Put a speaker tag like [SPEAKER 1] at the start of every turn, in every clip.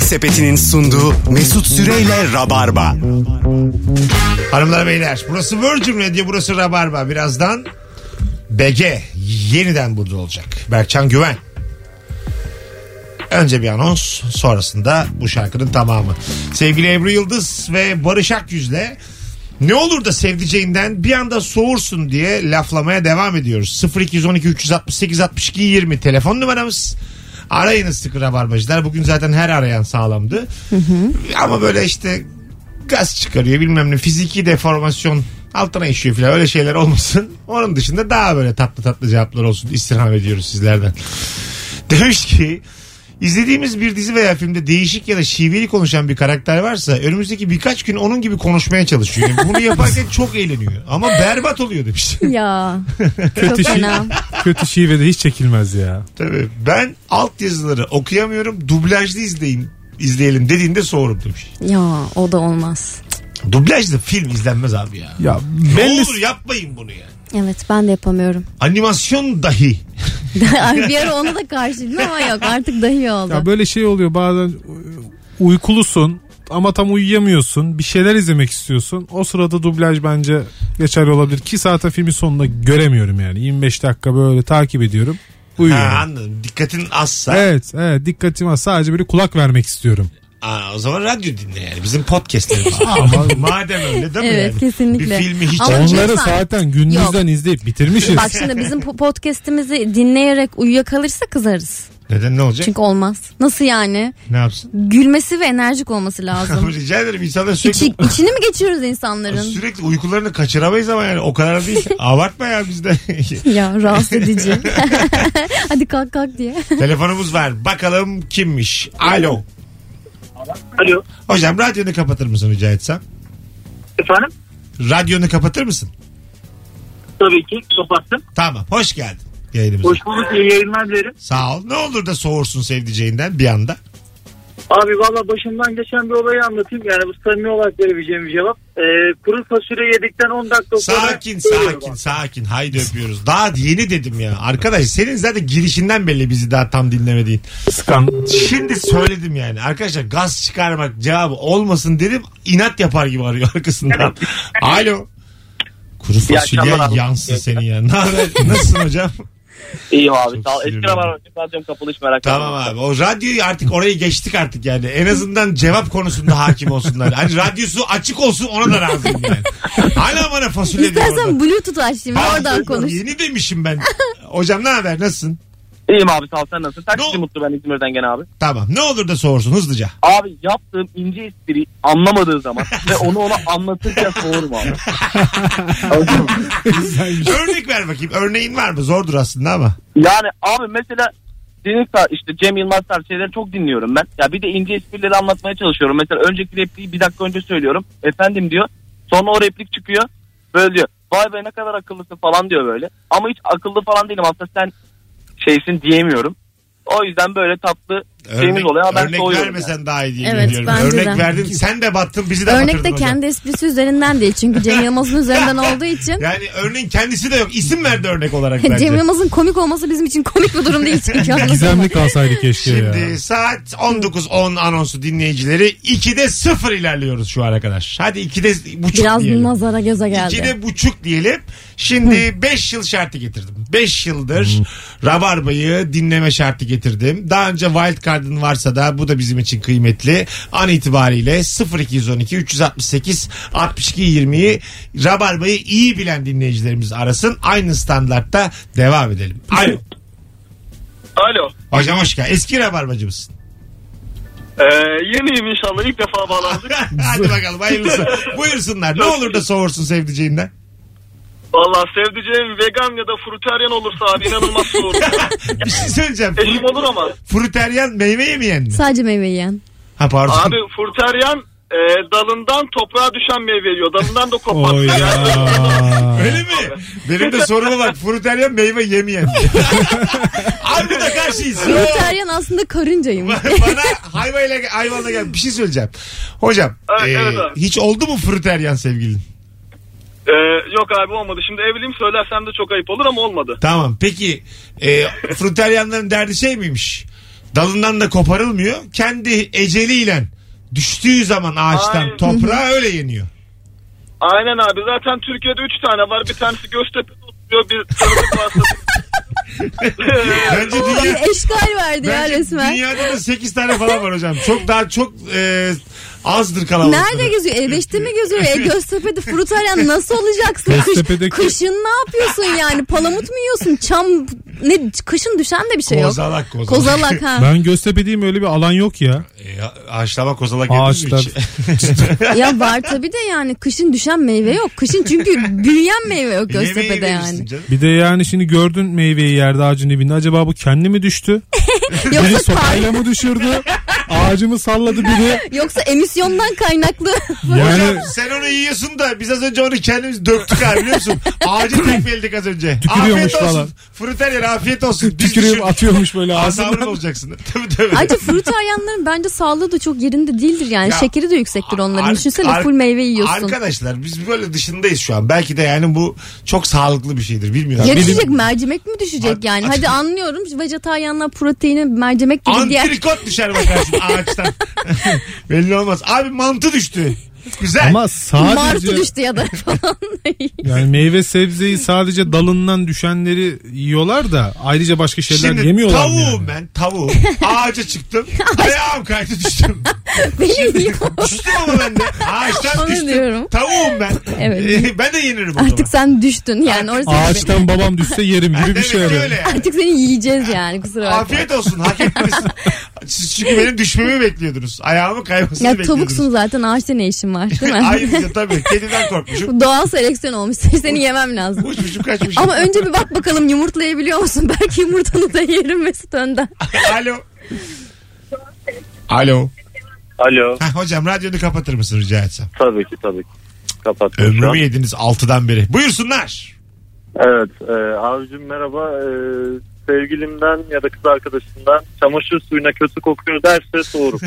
[SPEAKER 1] Sepeti'nin sunduğu Mesut Süreyle Rabarba.
[SPEAKER 2] Hanımlar beyler burası Virgin Radio burası Rabarba. Birazdan BG yeniden burada olacak. Berkcan Güven. Önce bir anons sonrasında bu şarkının tamamı. Sevgili Ebru Yıldız ve Barış Akyüz'le ne olur da sevdiceğinden bir anda soğursun diye laflamaya devam ediyoruz. 0212 368 62 20 telefon numaramız. Arayınız sıkı rabarbacılar. Bugün zaten her arayan sağlamdı. Ama böyle işte gaz çıkarıyor bilmem ne fiziki deformasyon altına işiyor filan öyle şeyler olmasın. Onun dışında daha böyle tatlı tatlı cevaplar olsun istirham ediyoruz sizlerden. Demiş ki izlediğimiz bir dizi veya filmde değişik ya da şiveli konuşan bir karakter varsa önümüzdeki birkaç gün onun gibi konuşmaya çalışıyor. Bunu yaparken çok eğleniyor ama berbat oluyor demiş.
[SPEAKER 3] Ya çok
[SPEAKER 4] Kötü, şi-
[SPEAKER 3] fena.
[SPEAKER 4] kötü şive de hiç çekilmez ya.
[SPEAKER 2] Tabii ben alt yazıları okuyamıyorum dublajlı izleyin izleyelim dediğinde soğurum demiş.
[SPEAKER 3] Ya o da olmaz.
[SPEAKER 2] Dublajlı film izlenmez abi ya.
[SPEAKER 4] Ya
[SPEAKER 2] Ne
[SPEAKER 4] belli
[SPEAKER 2] olur yapmayın bunu ya.
[SPEAKER 3] Evet ben de yapamıyorum.
[SPEAKER 2] Animasyon dahi.
[SPEAKER 3] Ay, bir ara onu da karşıydım ama yok artık dahi oldu.
[SPEAKER 4] ya böyle şey oluyor bazen u- uykulusun ama tam uyuyamıyorsun. Bir şeyler izlemek istiyorsun. O sırada dublaj bence geçerli olabilir. 2 saate filmin sonunda göremiyorum yani. 25 dakika böyle takip ediyorum. Uyuyorum.
[SPEAKER 2] Ha, anladım. Dikkatin azsa
[SPEAKER 4] Evet, evet dikkatim var. Sadece böyle kulak vermek istiyorum.
[SPEAKER 2] aa, o zaman radyo dinle yani. Bizim podcastlerimiz. madem öyle değil mi
[SPEAKER 3] Evet,
[SPEAKER 2] yani?
[SPEAKER 3] kesinlikle.
[SPEAKER 2] Bir filmi hiç
[SPEAKER 3] Ama
[SPEAKER 2] Onları-
[SPEAKER 3] çok
[SPEAKER 4] Onları
[SPEAKER 3] saat-
[SPEAKER 4] zaten gündüzden izleyip bitirmişiz.
[SPEAKER 3] Bak şimdi bizim po- podcast'imizi dinleyerek uyuyakalırsa kızarız.
[SPEAKER 2] Neden ne olacak?
[SPEAKER 3] Çünkü olmaz. Nasıl yani?
[SPEAKER 2] Ne yapsın?
[SPEAKER 3] Gülmesi ve enerjik olması lazım.
[SPEAKER 2] Rica ederim insanlar sürekli
[SPEAKER 3] İçi, içini mi geçiriyoruz insanların?
[SPEAKER 2] sürekli uykularını kaçıramayız ama yani o kadar değil. Abartma ya bizde.
[SPEAKER 3] ya rahatsız edici. Hadi kalk kalk diye.
[SPEAKER 2] Telefonumuz var. Bakalım kimmiş? Alo.
[SPEAKER 5] Alo.
[SPEAKER 2] Hocam radyonu kapatır mısın rica etsem?
[SPEAKER 5] Efendim?
[SPEAKER 2] Radyonu kapatır mısın?
[SPEAKER 5] Tabii ki. Kapattım.
[SPEAKER 2] Tamam. Hoş geldin yayınımıza.
[SPEAKER 5] Hoş bulduk. iyi yayınlar dilerim.
[SPEAKER 2] Sağ ol. Ne olur da soğursun sevdiceğinden bir anda.
[SPEAKER 5] Abi valla başımdan geçen bir olayı anlatayım. Yani bu samimi olarak verebileceğim bir cevap. Ee, kuru fasulye yedikten 10 dakika sonra...
[SPEAKER 2] Sakin sakin sakin. Haydi öpüyoruz. Daha yeni dedim ya. Arkadaş senin zaten girişinden belli bizi daha tam dinlemediğin.
[SPEAKER 4] Skan-
[SPEAKER 2] Şimdi söyledim yani. Arkadaşlar gaz çıkarmak cevabı olmasın dedim. inat yapar gibi arıyor arkasından. Alo. Kuru fasulye
[SPEAKER 5] akşamlar abi.
[SPEAKER 2] yansın senin ya. Ne haber? Nasılsın hocam?
[SPEAKER 5] İyiyim abi.
[SPEAKER 2] Çok
[SPEAKER 5] sağ ol.
[SPEAKER 2] sinirlendim.
[SPEAKER 5] Eski var. Radyom kapalı hiç merak etme.
[SPEAKER 2] Tamam abi. O radyoyu artık orayı geçtik artık yani. En azından cevap konusunda hakim olsunlar. Hani radyosu açık olsun ona da razıyım yani. Hala bana fasulye diyor orada.
[SPEAKER 3] İstersen Bluetooth aç şimdi
[SPEAKER 2] Ben
[SPEAKER 3] oradan konuş.
[SPEAKER 2] Yeni demişim ben. Hocam ne haber nasılsın?
[SPEAKER 5] İyiyim abi sağ ol. Sen nasılsın? Taksici
[SPEAKER 2] Ne-
[SPEAKER 5] mutlu ben İzmir'den gene abi.
[SPEAKER 2] Tamam ne olur da soğursun hızlıca.
[SPEAKER 5] Abi yaptığım ince espri anlamadığı zaman ve onu ona anlatırken soğurum abi. Anladın mı?
[SPEAKER 2] Örnek ver bakayım. Örneğin var mı? Zordur aslında ama.
[SPEAKER 5] yani abi mesela Deniz Sar- işte Cem Yılmaz tarzı şeyleri çok dinliyorum ben. Ya bir de ince esprileri anlatmaya çalışıyorum. Mesela önceki repliği bir dakika önce söylüyorum. Efendim diyor. Sonra o replik çıkıyor. Böyle diyor. Vay be ne kadar akıllısın falan diyor böyle. Ama hiç akıllı falan değilim. Aslında sen şeysin diyemiyorum. O yüzden böyle tatlı şeyimiz
[SPEAKER 2] Örnek,
[SPEAKER 5] oluyor. Ama ben
[SPEAKER 2] örnek
[SPEAKER 5] soğuyorum. yani.
[SPEAKER 2] vermesen daha iyi diye
[SPEAKER 3] Evet,
[SPEAKER 2] diyorum.
[SPEAKER 3] bence
[SPEAKER 2] Örnek
[SPEAKER 3] de.
[SPEAKER 2] verdin sen de battın bizi de
[SPEAKER 3] Örnek
[SPEAKER 2] batırdın
[SPEAKER 3] de
[SPEAKER 2] hocam.
[SPEAKER 3] kendi esprisi üzerinden değil. Çünkü Cem Yılmaz'ın üzerinden olduğu için.
[SPEAKER 2] Yani örneğin kendisi de yok. İsim verdi örnek olarak bence.
[SPEAKER 3] Cem Yılmaz'ın komik olması bizim için komik bir durum değil. Çünkü anladın mı?
[SPEAKER 4] Gizemli kalsaydı keşke
[SPEAKER 2] Şimdi
[SPEAKER 4] ya.
[SPEAKER 2] saat 19.10 anonsu dinleyicileri 2'de 0 ilerliyoruz şu ana kadar. Hadi 2'de buçuk
[SPEAKER 3] Biraz
[SPEAKER 2] diyelim.
[SPEAKER 3] nazara göze geldi.
[SPEAKER 2] İkide buçuk diyelim. Şimdi 5 yıl şartı getirdim. 5 yıldır Rabarba'yı dinleme şartı getirdim. Daha önce Wild Card'ın varsa da bu da bizim için kıymetli. An itibariyle 0212 368 62 20'yi Rabarba'yı iyi bilen dinleyicilerimiz arasın. Aynı standartta devam edelim. Alo.
[SPEAKER 6] Alo.
[SPEAKER 2] Hocam hoş geldin. Eski Rabarbacı mısın?
[SPEAKER 6] Ee, yeniyim inşallah ilk defa bağlandık.
[SPEAKER 2] Hadi bakalım hayırlısı. Buyursunlar. Ne olur da soğursun sevdiceğinden.
[SPEAKER 6] Valla sevdiceğim vegan ya da fruteryan olursa abi inanılmaz soğur.
[SPEAKER 2] Bir şey söyleyeceğim.
[SPEAKER 6] Eşim olur ama.
[SPEAKER 2] Fruteryan meyve yemeyen mi?
[SPEAKER 3] Sadece meyve yiyen.
[SPEAKER 2] Ha pardon.
[SPEAKER 6] Abi fruteryan e, dalından toprağa düşen meyve yiyor. Dalından da
[SPEAKER 4] Oy
[SPEAKER 6] kopartıyor.
[SPEAKER 4] ya.
[SPEAKER 2] Öyle mi? Benim de soruma bak. Fruteryan meyve yemeyen. Abi bu da karşıyız.
[SPEAKER 3] Vejetaryen aslında karıncayım.
[SPEAKER 2] Bana hayvayla, hayvanla gel. Bir şey söyleyeceğim. Hocam.
[SPEAKER 6] Evet,
[SPEAKER 2] e,
[SPEAKER 6] evet abi.
[SPEAKER 2] hiç oldu mu fruteryan sevgilin?
[SPEAKER 6] Ee, yok abi olmadı. Şimdi evliyim söylersem de çok ayıp olur ama olmadı.
[SPEAKER 2] Tamam. Peki e, fruteryanların derdi şey miymiş? Dalından da koparılmıyor. Kendi eceliyle düştüğü zaman ağaçtan
[SPEAKER 6] Aynen.
[SPEAKER 2] toprağa öyle yeniyor.
[SPEAKER 6] Aynen abi zaten Türkiye'de 3 tane var. Bir tanesi Göztepe'de oturuyor. Bir tanesi Bahsettin.
[SPEAKER 2] Bence dünya
[SPEAKER 3] Eşgal verdi ya
[SPEAKER 2] Bence
[SPEAKER 3] resmen.
[SPEAKER 2] Dünyada da 8 tane falan var hocam. Çok daha çok e, azdır kalabalık.
[SPEAKER 3] Nerede geziyor? Elbeşte mi geziyor? E, Göztepe'de frutaryen nasıl olacaksın? Kış-
[SPEAKER 4] Göztepe'deki-
[SPEAKER 3] Kışın ne yapıyorsun yani? Palamut mu yiyorsun? Çam ne kışın düşen de bir şey yok.
[SPEAKER 2] Kozalak kozalak.
[SPEAKER 3] Kozalak ha.
[SPEAKER 4] Ben Göztepe'deyim öyle bir alan yok ya.
[SPEAKER 2] E, ağaçlama kozalak yedin mi
[SPEAKER 4] Ağaçlar.
[SPEAKER 2] hiç?
[SPEAKER 3] ya var tabii de yani kışın düşen meyve yok. Kışın çünkü büyüyen meyve yok
[SPEAKER 2] Yemeği
[SPEAKER 3] Göztepe'de
[SPEAKER 2] yememişsin
[SPEAKER 3] yani.
[SPEAKER 2] canım.
[SPEAKER 4] Bir de yani şimdi gördün meyveyi yerde ağacın dibinde. Acaba bu kendi mi düştü? Biri
[SPEAKER 3] Yoksa kar,
[SPEAKER 4] sopayla mı düşürdü? Ağacımı salladı biri.
[SPEAKER 3] yoksa emisyondan kaynaklı.
[SPEAKER 4] Yani
[SPEAKER 2] Hocam sen onu yiyorsun da biz az önce onu kendimiz döktük abi biliyor musun? Ağacı tekmeledik az önce.
[SPEAKER 4] Tükürüyormuş
[SPEAKER 2] afiyet
[SPEAKER 4] falan.
[SPEAKER 2] olsun. Fruteryer afiyet olsun. Biz
[SPEAKER 4] tükürüyor
[SPEAKER 2] düşürdük.
[SPEAKER 4] atıyormuş böyle
[SPEAKER 2] Asabın
[SPEAKER 4] ağzından.
[SPEAKER 2] olacaksın. Tabii tabii.
[SPEAKER 3] Ayrıca frutaryenlerin bence sağlığı da çok yerinde değildir yani.
[SPEAKER 2] Ya,
[SPEAKER 3] Şekeri de yüksektir onların.
[SPEAKER 2] Ar-
[SPEAKER 3] Düşünsene
[SPEAKER 2] ar-
[SPEAKER 3] full meyve yiyorsun.
[SPEAKER 2] Arkadaşlar biz böyle dışındayız şu an. Belki de yani bu çok sağlıklı bir şeydir. Bilmiyorum.
[SPEAKER 3] Ya
[SPEAKER 4] Benim-
[SPEAKER 3] düşecek mercimek mi düşecek
[SPEAKER 2] Ad-
[SPEAKER 3] yani?
[SPEAKER 2] ad-
[SPEAKER 3] Hadi anlıyorum. Vejetaryenler proteini mercimek gibi diğer
[SPEAKER 2] Antrikot düşer bakarsın ağaçtan. Belli olmaz. Abi mantı düştü. Güzel.
[SPEAKER 4] Ama
[SPEAKER 3] martı
[SPEAKER 4] sadece
[SPEAKER 3] düştü ya da falan.
[SPEAKER 4] yani meyve sebzeyi sadece dalından düşenleri yiyorlar da ayrıca başka şeyler
[SPEAKER 2] Şimdi
[SPEAKER 4] yemiyorlar mı
[SPEAKER 2] tavuğum
[SPEAKER 4] yani?
[SPEAKER 2] ben tavuğum. Ağaca çıktım. Ayağım kaydı düştüm.
[SPEAKER 3] Beni yiyor.
[SPEAKER 2] Düştüm ama ben de. Ağaçtan
[SPEAKER 3] Onu
[SPEAKER 2] düştüm.
[SPEAKER 3] diyorum.
[SPEAKER 2] Tavuğum ben.
[SPEAKER 3] Evet.
[SPEAKER 2] Ee, ben de yenirim o
[SPEAKER 3] Artık
[SPEAKER 2] zaman.
[SPEAKER 3] sen düştün yani. Orası gibi.
[SPEAKER 4] Ağaçtan babam düşse yerim gibi bir
[SPEAKER 2] Demek
[SPEAKER 4] şey.
[SPEAKER 2] ki
[SPEAKER 4] yani.
[SPEAKER 2] öyle yani.
[SPEAKER 3] Artık seni yiyeceğiz yani kusura bakma.
[SPEAKER 2] Afiyet olsun hak ettiniz. Siz çünkü benim düşmemi bekliyordunuz. Ayağımı kaymasını
[SPEAKER 3] Ya
[SPEAKER 2] bekliyordunuz.
[SPEAKER 3] tavuksun zaten ağaçta ne işin var değil mi?
[SPEAKER 2] Ayrıca tabii kediden korkmuşum.
[SPEAKER 3] Doğal seleksiyon olmuş. Seni yemem lazım.
[SPEAKER 2] Uçmuşum kaçmışım.
[SPEAKER 3] Ama önce bir bak bakalım yumurtlayabiliyor musun? Belki yumurtanı da yerim Mesut önden.
[SPEAKER 2] Alo. Alo.
[SPEAKER 5] Alo.
[SPEAKER 2] Ha, hocam radyonu kapatır mısın rica etsem?
[SPEAKER 5] Tabii ki tabii ki. Kapat.
[SPEAKER 2] Ömrümü yediniz 6'dan beri. Buyursunlar.
[SPEAKER 5] Evet e, abicim merhaba. E, sevgilimden ya da kız arkadaşımdan çamaşır suyuna kötü kokuyor derse soğurum.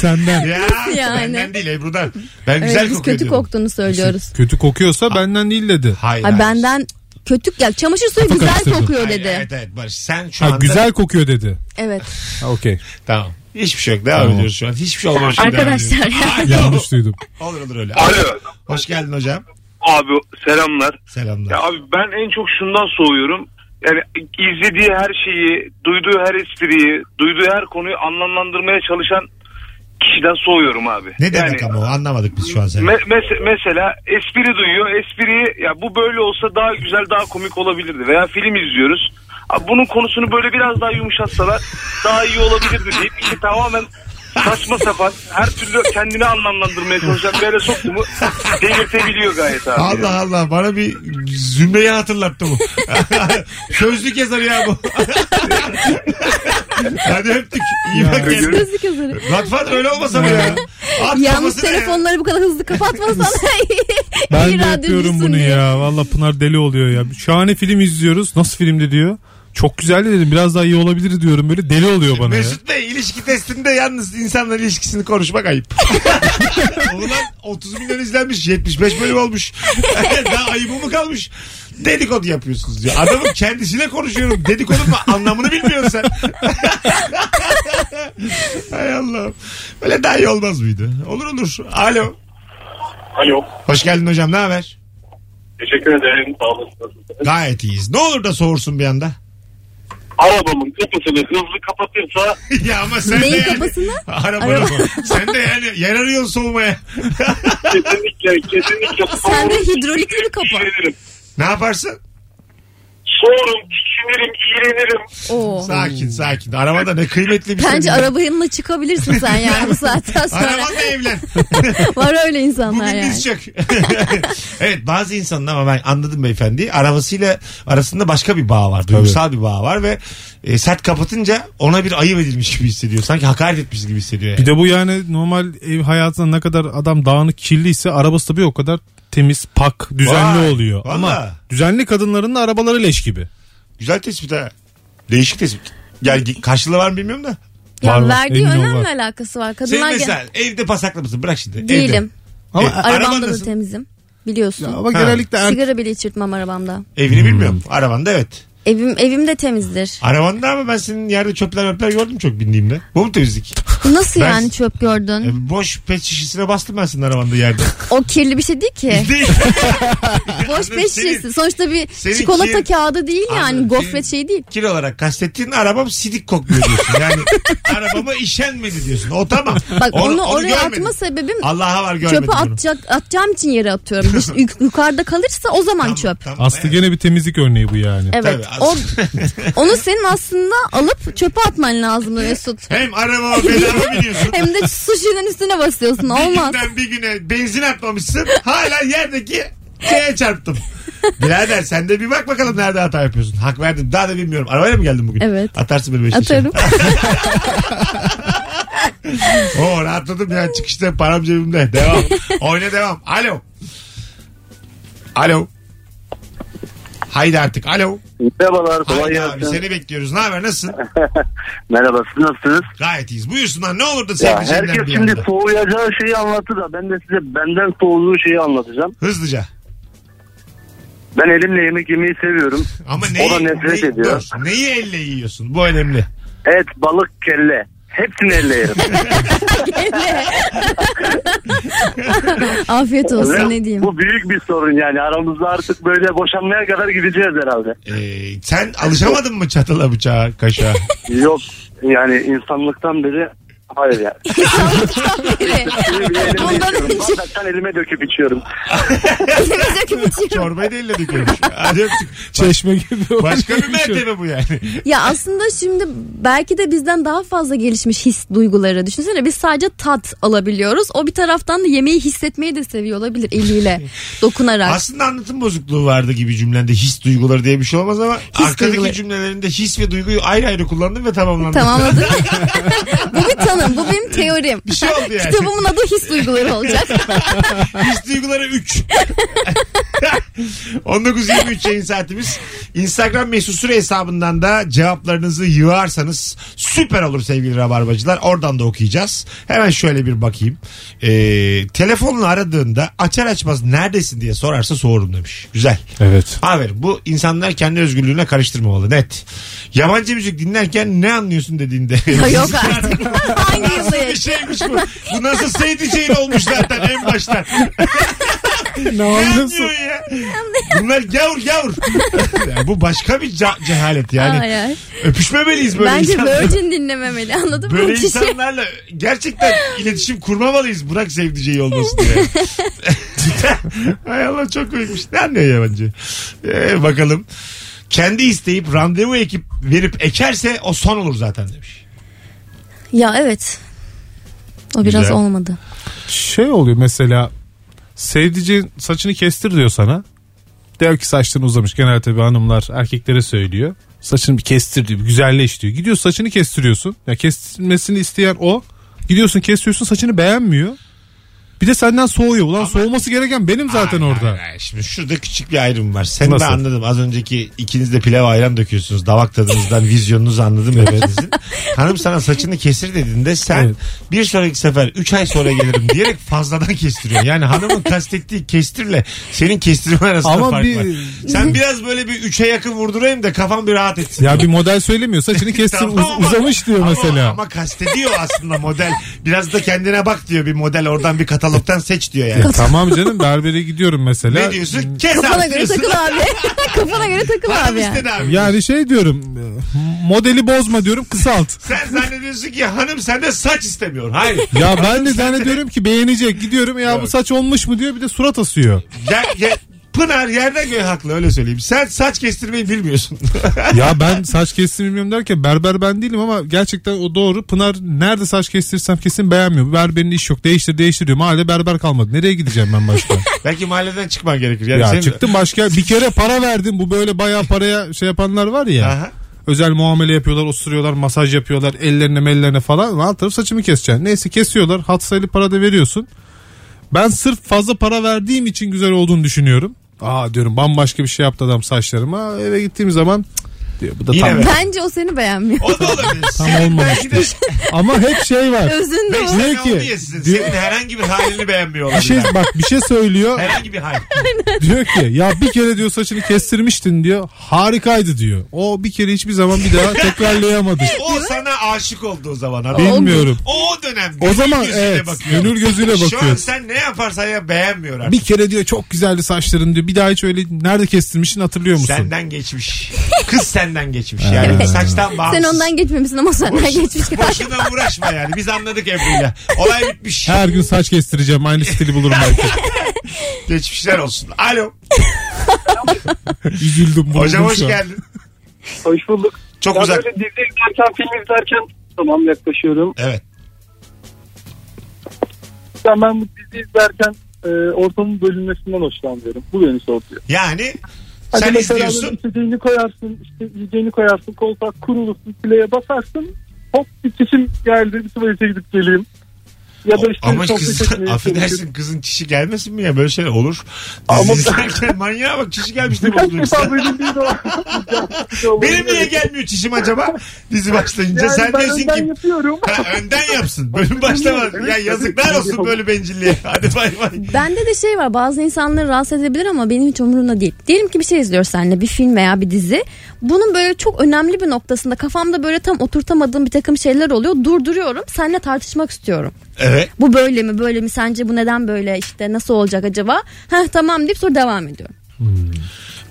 [SPEAKER 4] Senden.
[SPEAKER 2] Ya,
[SPEAKER 3] yani?
[SPEAKER 2] Benden değil Ebru'dan. Ben
[SPEAKER 3] Evet,
[SPEAKER 2] güzel
[SPEAKER 3] biz
[SPEAKER 2] kokuyor
[SPEAKER 3] kötü
[SPEAKER 2] diyorum.
[SPEAKER 3] koktuğunu söylüyoruz.
[SPEAKER 4] Kötü kokuyorsa benden değil dedi.
[SPEAKER 2] Hayır,
[SPEAKER 3] Ay
[SPEAKER 2] hayır.
[SPEAKER 3] benden kötü ya çamaşır suyu
[SPEAKER 4] Kafa
[SPEAKER 3] güzel
[SPEAKER 4] karıştırdın.
[SPEAKER 3] kokuyor
[SPEAKER 2] Hayır,
[SPEAKER 3] dedi.
[SPEAKER 2] Evet evet Barış sen şu
[SPEAKER 4] Ha,
[SPEAKER 2] anda.
[SPEAKER 4] güzel kokuyor dedi.
[SPEAKER 3] Evet.
[SPEAKER 4] Ha, Okey.
[SPEAKER 2] Tamam. Hiçbir şey yok. Devam
[SPEAKER 4] Tamam.
[SPEAKER 2] ediyoruz şu an. Hiçbir şey olmamış. gibi devam
[SPEAKER 3] Arkadaşlar
[SPEAKER 2] ediyoruz.
[SPEAKER 3] ya.
[SPEAKER 2] Alo.
[SPEAKER 4] Yanlış duydum.
[SPEAKER 2] Olur olur öyle.
[SPEAKER 6] Alo.
[SPEAKER 2] Hoş geldin hocam.
[SPEAKER 6] Abi selamlar.
[SPEAKER 2] Selamlar.
[SPEAKER 6] Ya abi ben en çok şundan soğuyorum. Yani izlediği her şeyi, duyduğu her espriyi, duyduğu her konuyu anlamlandırmaya çalışan kişiden soğuyorum abi.
[SPEAKER 2] Ne demek
[SPEAKER 6] yani,
[SPEAKER 2] ama o anlamadık biz şu an seni.
[SPEAKER 6] me- mes- mesela espri duyuyor. Espriyi ya bu böyle olsa daha güzel, daha komik olabilirdi. Veya film izliyoruz. Abi bunun konusunu böyle biraz daha yumuşatsalar daha iyi olabilirdi deyip işte tamamen saçma sapan her türlü kendini anlamlandırmaya çalışan böyle soktu mu delirtebiliyor gayet abi.
[SPEAKER 2] Allah Allah bana bir zümreyi hatırlattı bu. Sözlük yazarı ya bu. Hadi öptük. İyi bak kendine.
[SPEAKER 3] Gözlük hazırı.
[SPEAKER 2] Godfather öyle olmasa mı ya? At
[SPEAKER 3] Yalnız
[SPEAKER 2] kafasına ya.
[SPEAKER 3] telefonları bu kadar hızlı kapatmasan
[SPEAKER 4] Ben
[SPEAKER 3] iyi
[SPEAKER 4] de
[SPEAKER 3] radyocusun
[SPEAKER 4] yapıyorum bunu
[SPEAKER 3] diye.
[SPEAKER 4] ya. Valla Pınar deli oluyor ya. Şahane film izliyoruz. Nasıl filmdi diyor. Çok güzeldi dedim. Biraz daha iyi olabilir diyorum. Böyle deli oluyor bana ya.
[SPEAKER 2] Mesut Bey ilişki testinde yalnız insanların ilişkisini konuşmak ayıp. Ulan 30 milyon izlenmiş 75 bölüm olmuş. Daha ayıbı mı kalmış? Dedikodu yapıyorsunuz diyor. Adamın kendisiyle konuşuyorum. Dedikodun mu? Anlamını bilmiyorsun sen. Hay Allah'ım. Böyle daha iyi olmaz mıydı? Olur olur. Alo.
[SPEAKER 6] Alo.
[SPEAKER 2] Hoş geldin hocam ne haber?
[SPEAKER 6] Teşekkür ederim. Sağ olasın.
[SPEAKER 2] Gayet iyiyiz. Ne olur da soğursun bir anda.
[SPEAKER 6] Arabamın kapısını hızlı kapatırsa
[SPEAKER 2] ya ama sen de
[SPEAKER 3] Neyin
[SPEAKER 2] yani.
[SPEAKER 3] kafasını?
[SPEAKER 2] Araba,
[SPEAKER 3] Araba.
[SPEAKER 2] araba. sen de yani yer arıyorsun soğumaya.
[SPEAKER 6] kesinlikle kesinlikle
[SPEAKER 3] Sende hidrolikli bir kapı.
[SPEAKER 6] iğrenirim.
[SPEAKER 2] ne yaparsın?
[SPEAKER 6] Soğurum, tiksinirim, iğrenirim.
[SPEAKER 3] Oo.
[SPEAKER 2] Sakin sakin. Arabada ne kıymetli bir şey.
[SPEAKER 3] Bence
[SPEAKER 2] değil.
[SPEAKER 3] arabayla çıkabilirsin sen yani bu saatten sonra.
[SPEAKER 2] Arabanla evlen.
[SPEAKER 3] Var öyle insanlar
[SPEAKER 2] Bugün
[SPEAKER 3] yani.
[SPEAKER 2] diz çök. evet bazı insanın ama ben anladım beyefendi. Arabasıyla arasında başka bir bağ var. Duygusal bir bağ var ve e, sert kapatınca ona bir ayıp edilmiş gibi hissediyor. Sanki hakaret etmiş gibi hissediyor.
[SPEAKER 4] Bir de bu yani normal ev hayatında ne kadar adam dağınık kirliyse arabası tabii o kadar temiz, pak, düzenli
[SPEAKER 2] Vay,
[SPEAKER 4] oluyor. Ama
[SPEAKER 2] valla.
[SPEAKER 4] düzenli kadınların da arabaları leş gibi.
[SPEAKER 2] Güzel tespit ha. Değişik tespit. Yani karşılığı var mı bilmiyorum da.
[SPEAKER 4] Var,
[SPEAKER 3] Ya
[SPEAKER 4] var.
[SPEAKER 3] verdiği
[SPEAKER 4] Emin ol,
[SPEAKER 3] önemli
[SPEAKER 4] var. Şey
[SPEAKER 3] alakası var.
[SPEAKER 2] Senin
[SPEAKER 3] Kadınlar
[SPEAKER 2] mesela
[SPEAKER 3] gene-
[SPEAKER 2] evde E, pasaklı mısın? Bırak şimdi.
[SPEAKER 3] Değilim.
[SPEAKER 2] Ama
[SPEAKER 4] Ama
[SPEAKER 3] Arabamda da
[SPEAKER 2] arabandasın.
[SPEAKER 3] temizim. Biliyorsun.
[SPEAKER 4] Ama
[SPEAKER 2] Ha.
[SPEAKER 4] genellikle er-
[SPEAKER 3] Sigara bile içirtmem arabamda.
[SPEAKER 2] Evde. Evini bilmiyorum. Arabanda evet.
[SPEAKER 3] Evim evim de temizdir.
[SPEAKER 2] Arabanda ama ben senin yerde çöpler öpler gördüm çok bindiğimde. Bu mu temizlik?
[SPEAKER 4] Ah,
[SPEAKER 3] Nasıl
[SPEAKER 2] Ben-
[SPEAKER 3] yani çöp
[SPEAKER 2] E,
[SPEAKER 3] gördün?
[SPEAKER 2] boş pet şişesine bastım ben senin arabanda yerde.
[SPEAKER 3] O kirli bir şey değil ki.
[SPEAKER 2] Değil.
[SPEAKER 3] Boş
[SPEAKER 2] Anladım,
[SPEAKER 3] beş
[SPEAKER 2] senin-
[SPEAKER 3] şişesi. Sonuçta bir
[SPEAKER 2] senin
[SPEAKER 3] çikolata
[SPEAKER 2] kir-
[SPEAKER 3] kağıdı değil
[SPEAKER 2] Anladım,
[SPEAKER 3] yani.
[SPEAKER 2] senin-
[SPEAKER 3] Gofret şey değil.
[SPEAKER 2] Kir olarak kastettiğin arabam sidik kokmuyor diyorsun. Yani arabama işenmedi diyorsun. O tamam.
[SPEAKER 3] Bak onu, oraya
[SPEAKER 2] görmedim.
[SPEAKER 3] atma sebebim
[SPEAKER 2] Allah'a var görmedim
[SPEAKER 3] çöpü
[SPEAKER 2] onu.
[SPEAKER 3] atacak atacağım için yere atıyorum. Dış- yuk- yukarıda kalırsa o zaman
[SPEAKER 2] Tamam,
[SPEAKER 3] çöp.
[SPEAKER 2] tamam.
[SPEAKER 4] Aslı gene bir temizlik örneği bu yani.
[SPEAKER 3] Evet.
[SPEAKER 2] Tabii,
[SPEAKER 3] O,
[SPEAKER 2] az-
[SPEAKER 3] onu senin aslında alıp çöpe atman lazım Mesut.
[SPEAKER 2] Hem arabama bedava biniyorsun.
[SPEAKER 3] Hem de su şişenin üstüne basıyorsun. Olmaz.
[SPEAKER 2] Günden bir güne benzin atmamışsın. Hala yerdeki şeye çarptım. Birader sen de bir bak bakalım nerede hata yapıyorsun. Hak verdim daha da bilmiyorum. Arabayla mı geldin bugün?
[SPEAKER 3] Evet.
[SPEAKER 2] Atarsın beni Beşiktaş'a.
[SPEAKER 3] Atarım.
[SPEAKER 2] Oo rahatladım ya çıkışta param cebimde. Devam. Oyna devam. Alo. Alo. Haydi artık. Alo.
[SPEAKER 5] Merhabalar kolay
[SPEAKER 2] Haydi abi
[SPEAKER 5] gelsin. Eh.
[SPEAKER 2] seni bekliyoruz. Ne haber? Nasılsın?
[SPEAKER 5] Merhaba siz nasılsınız?
[SPEAKER 2] Gayet iyiyiz. Buyursunlar. Ne olur da
[SPEAKER 5] Ya
[SPEAKER 2] sevdiceğinden
[SPEAKER 5] herkes
[SPEAKER 2] bir
[SPEAKER 5] şimdi
[SPEAKER 2] anda.
[SPEAKER 5] soğuyacağı şeyi anlattı da ben de size benden soğuduğu şeyi anlatacağım.
[SPEAKER 2] Hızlıca.
[SPEAKER 5] Ben elimle yemek yemeyi seviyorum.
[SPEAKER 2] Ama
[SPEAKER 5] O
[SPEAKER 2] neyi,
[SPEAKER 5] da nefret
[SPEAKER 2] neyi-
[SPEAKER 5] ediyor.
[SPEAKER 2] dur. neyi elle yiyorsun? Bu önemli.
[SPEAKER 5] Et, balık, kelle. Hepsini elle yerim.
[SPEAKER 3] Afiyet
[SPEAKER 5] Ve
[SPEAKER 3] olsun ne diyeyim.
[SPEAKER 5] Bu büyük bir sorun yani. Aramızda artık böyle boşanmaya kadar gideceğiz herhalde.
[SPEAKER 2] Ee, sen alışamadın mı çatala bıçağa kaşığa?
[SPEAKER 5] Yok yani insanlıktan beri hayır yani.
[SPEAKER 3] Biri.
[SPEAKER 5] Suyu bile elimle
[SPEAKER 3] Ondan
[SPEAKER 5] içiyorum.
[SPEAKER 3] önce-
[SPEAKER 5] Bardaktan elime döküp içiyorum.
[SPEAKER 3] Elimize döküp içiyorum.
[SPEAKER 2] Çorbayı da elle döküyormuş. Hadi öptük.
[SPEAKER 4] Çeşme gibi. Şey-
[SPEAKER 2] Başka bir mertebe bu yani.
[SPEAKER 3] Ya aslında şimdi belki de bizden daha fazla gelişmiş his duyguları. Düşünsene biz sadece tat alabiliyoruz. O bir taraftan da yemeği hissetmeyi de seviyor olabilir eliyle dokunarak.
[SPEAKER 2] Aslında anlatım bozukluğu vardı gibi cümlende his duyguları diye bir şey olmaz ama arkadaki
[SPEAKER 3] duyguları.
[SPEAKER 2] cümlelerinde his ve duyguyu ayrı ayrı kullandın ve tamamlandı.
[SPEAKER 3] Tamamladın mı? bu bir tanım. Bu benim teorim.
[SPEAKER 2] Bir şey oldu yani.
[SPEAKER 3] Kitabımın adı his duyguları olacak.
[SPEAKER 2] His duyguları 3. 19.23 yayın saatimiz. Instagram mesut süre hesabından da cevaplarınızı yığarsanız süper olur sevgili rabarbacılar. Oradan da okuyacağız. Hemen şöyle bir bakayım. Ee, telefonla aradığında açar açmaz neredesin diye sorarsa soğurum demiş. Güzel.
[SPEAKER 4] Evet.
[SPEAKER 2] Haber bu insanlar kendi özgürlüğüne karıştırmamalı net. Yabancı müzik dinlerken ne anlıyorsun dediğinde.
[SPEAKER 3] Ya Yok
[SPEAKER 2] şey
[SPEAKER 3] artık. Hangi
[SPEAKER 2] Nasıl bir
[SPEAKER 3] yıldayız?
[SPEAKER 2] şeymiş bu? Bu nasıl sevdiceğin olmuş zaten en baştan.
[SPEAKER 4] ne
[SPEAKER 2] Ne
[SPEAKER 4] anlıyorsun?
[SPEAKER 2] anlıyorsun ya? Bunlar gavur gavur. Ya bu başka bir ca- cehalet yani.
[SPEAKER 3] Ay, ay.
[SPEAKER 2] Öpüşmemeliyiz böyle
[SPEAKER 3] Bence
[SPEAKER 2] insanlarla.
[SPEAKER 3] Virgin dinlememeli anladın mı?
[SPEAKER 2] Böyle
[SPEAKER 3] Kişi-
[SPEAKER 2] insanlarla gerçekten iletişim kurmamalıyız. Bırak sevdiceği olmasın diye. Hay Allah çok koymuş. Ne anlıyor yabancı? Ee, bakalım. Kendi isteyip randevu ekip verip ekerse o son olur zaten demiş.
[SPEAKER 3] Ya evet. O biraz
[SPEAKER 2] Güzel.
[SPEAKER 3] olmadı.
[SPEAKER 4] Şey oluyor mesela sevdiceğin saçını kestir diyor sana. Der ki saçların uzamış. Genelde tabii hanımlar erkeklere söylüyor. Saçını bir kestir diyor. bir güzelleş diyor. Gidiyor saçını kestiriyorsun. Ya kestirmesini isteyen o. Gidiyorsun kestiriyorsun saçını beğenmiyor. Bir de senden soğuyor. Ulan soğuması gereken benim zaten
[SPEAKER 2] Ay,
[SPEAKER 4] orada.
[SPEAKER 2] ay, ay. Şimdi şurada küçük bir ayrım var. Seni
[SPEAKER 4] Nasıl?
[SPEAKER 2] ben anladım. Az önceki ikiniz de pilav ayran döküyorsunuz. Davak tadınızdan vizyonunuzu anladım efendinizin. Hanım sana saçını kesir dediğinde sen
[SPEAKER 4] Evet.
[SPEAKER 2] bir sonraki sefer 3 ay sonra gelirim diyerek fazladan kestiriyor. Yani hanımın kastettiği kestirle senin kestirme arasında
[SPEAKER 4] Ama
[SPEAKER 2] fark
[SPEAKER 4] bir-
[SPEAKER 2] var. Sen biraz böyle bir 3'e yakın vurdurayım da kafam bir rahat etsin.
[SPEAKER 4] Ya bir model söylemiyor. Saçını kestir
[SPEAKER 2] Tamam
[SPEAKER 4] uz-
[SPEAKER 2] ama-
[SPEAKER 4] uzamış diyor
[SPEAKER 2] ama-
[SPEAKER 4] mesela.
[SPEAKER 2] Ama kastediyor aslında model. Biraz da kendine bak diyor bir model oradan bir katalogdan seç diyor yani.
[SPEAKER 4] Ya E, tamam canım berbere gidiyorum mesela.
[SPEAKER 2] Ne diyorsun? Kes
[SPEAKER 3] Kafana
[SPEAKER 2] abi
[SPEAKER 3] göre
[SPEAKER 2] diyorsun.
[SPEAKER 3] takıl abi. Kafana göre takıl
[SPEAKER 2] Hanım
[SPEAKER 3] abi. yani.
[SPEAKER 2] istedi abi.
[SPEAKER 4] Yani şey diyorum e, modeli bozma diyorum kısalt.
[SPEAKER 2] Sen zannediyorsun ki hanım sende saç istemiyor. Hayır.
[SPEAKER 4] Ya ben de zannediyorum ki beğenecek. Gidiyorum ya bu saç olmuş mu diyor bir de surat asıyor.
[SPEAKER 2] Ya, ya- Pınar yerden göğe haklı öyle söyleyeyim. Sen saç kestirmeyi bilmiyorsun.
[SPEAKER 4] Ya ben saç kestim bilmiyorum derken berber ben değilim ama gerçekten o doğru. Pınar nerede saç kestirsem kesin beğenmiyor. Berberin iş yok değiştir değiştir diyor. Mahallede berber kalmadı. Nereye gideceğim ben başka?
[SPEAKER 2] Belki mahalleden çıkman gerekir. Yani senin-
[SPEAKER 4] ya çıktım başka bir kere para verdim. Bu böyle bayağı paraya şey yapanlar var ya.
[SPEAKER 2] Aha.
[SPEAKER 4] özel muamele yapıyorlar, osuruyorlar, masaj yapıyorlar, ellerine mellerine falan. Alt tarafı saçımı keseceksin. Neyse kesiyorlar, hat sayılı para da veriyorsun. Ben sırf fazla para verdiğim için güzel olduğunu düşünüyorum. Aa diyorum bambaşka bir şey yaptı adam saçlarıma. Eve gittiğim zaman cık, diyor. Bu da
[SPEAKER 2] Yine
[SPEAKER 4] tam,
[SPEAKER 2] mi?
[SPEAKER 3] Bence o seni beğenmiyor.
[SPEAKER 2] O da olabilir.
[SPEAKER 4] tam olmamış.
[SPEAKER 2] Belki de
[SPEAKER 4] Ama hep şey var.
[SPEAKER 3] Özün de
[SPEAKER 2] beş
[SPEAKER 3] o.
[SPEAKER 4] Ne?
[SPEAKER 2] sene
[SPEAKER 4] Diyor ki-
[SPEAKER 2] oldu yesin. Senin herhangi bir halini beğenmiyor
[SPEAKER 4] Bir
[SPEAKER 2] olabilir.
[SPEAKER 4] şey bak bir şey söylüyor.
[SPEAKER 2] Herhangi bir hal.
[SPEAKER 4] diyor ki ya bir kere diyor saçını kestirmiştin diyor. Harikaydı diyor. O bir kere hiçbir zaman bir daha tekrarlayamadı.
[SPEAKER 2] O sana aşık oldu o zaman. Abi.
[SPEAKER 4] Bilmiyorum.
[SPEAKER 2] O dönem.
[SPEAKER 4] O
[SPEAKER 2] gönül
[SPEAKER 4] zaman
[SPEAKER 2] gözüyle
[SPEAKER 4] evet
[SPEAKER 2] bakıyor.
[SPEAKER 4] gönül gözüyle
[SPEAKER 2] Şu an
[SPEAKER 4] bakıyor.
[SPEAKER 2] sen ne yaparsan ya beğenmiyor artık.
[SPEAKER 4] Bir kere diyor çok güzeldi saçların diyor. Bir daha hiç öyle nerede kestirmişsin hatırlıyor musun?
[SPEAKER 2] Senden geçmiş. Kız senden geçmiş. Yani saçtan bağımsız.
[SPEAKER 3] Sen ondan geçmemişsin ama senden geçmiş.
[SPEAKER 2] Boşuna uğraşma yani. Biz anladık Ebru'yla. Olay bitmiş.
[SPEAKER 4] Her gün saç kestireceğim aynı stili bulurum belki.
[SPEAKER 2] Geçmişler olsun. Alo.
[SPEAKER 4] Üzüldüm bunu.
[SPEAKER 2] Hocam hoş geldin.
[SPEAKER 7] Hoş bulduk.
[SPEAKER 2] Çok
[SPEAKER 7] ya
[SPEAKER 2] uzak.
[SPEAKER 7] böyle dizi izlerken, film izlerken tamam yaklaşıyorum.
[SPEAKER 2] Evet.
[SPEAKER 7] Ben, ben bu dizi izlerken e, ortamın bölünmesinden hoşlanmıyorum. Bu beni soğutuyor.
[SPEAKER 2] Yani
[SPEAKER 7] Hani
[SPEAKER 2] sen
[SPEAKER 7] mesela
[SPEAKER 2] izliyorsun.
[SPEAKER 7] böyle içeceğini koyarsın, işte yiyeceğini koyarsın, kolpak kurulursun, fileye basarsın. Hop bir çişim geldi, bir tuvalete gidip geleyim. Ya da işte
[SPEAKER 2] Ama
[SPEAKER 7] sohbet
[SPEAKER 2] kızın,
[SPEAKER 7] etmeye çalışıyorum.
[SPEAKER 2] affedersin kızın çişi gelmesin mi ya böyle şeyler olur. Ama
[SPEAKER 7] Ama-
[SPEAKER 2] izlerken manyağa bak çişi gelmiş diye
[SPEAKER 7] Kaç
[SPEAKER 2] oldu.
[SPEAKER 7] defa bölündüğü de var.
[SPEAKER 2] Benim niye gelmiyor çişim acaba? Dizi başlayınca
[SPEAKER 7] Yani
[SPEAKER 2] sen
[SPEAKER 7] ben
[SPEAKER 2] diyorsun
[SPEAKER 7] önden
[SPEAKER 2] ki
[SPEAKER 7] yapıyorum.
[SPEAKER 2] Ha, önden yapsın. Bölüm başlamaz. Ya yazıklar olsun böyle bencilliğe. Hadi bay bay.
[SPEAKER 3] Bende de şey var bazı insanları rahatsız edebilir ama benim hiç umurumda değil. Diyelim ki bir şey izliyoruz seninle bir film veya bir dizi. Bunun böyle çok önemli bir noktasında kafamda böyle tam oturtamadığım bir takım şeyler oluyor. Durduruyorum seninle tartışmak istiyorum.
[SPEAKER 2] Evet.
[SPEAKER 3] Bu böyle mi böyle mi sence bu neden böyle işte nasıl olacak acaba? Heh tamam deyip sonra devam ediyorum.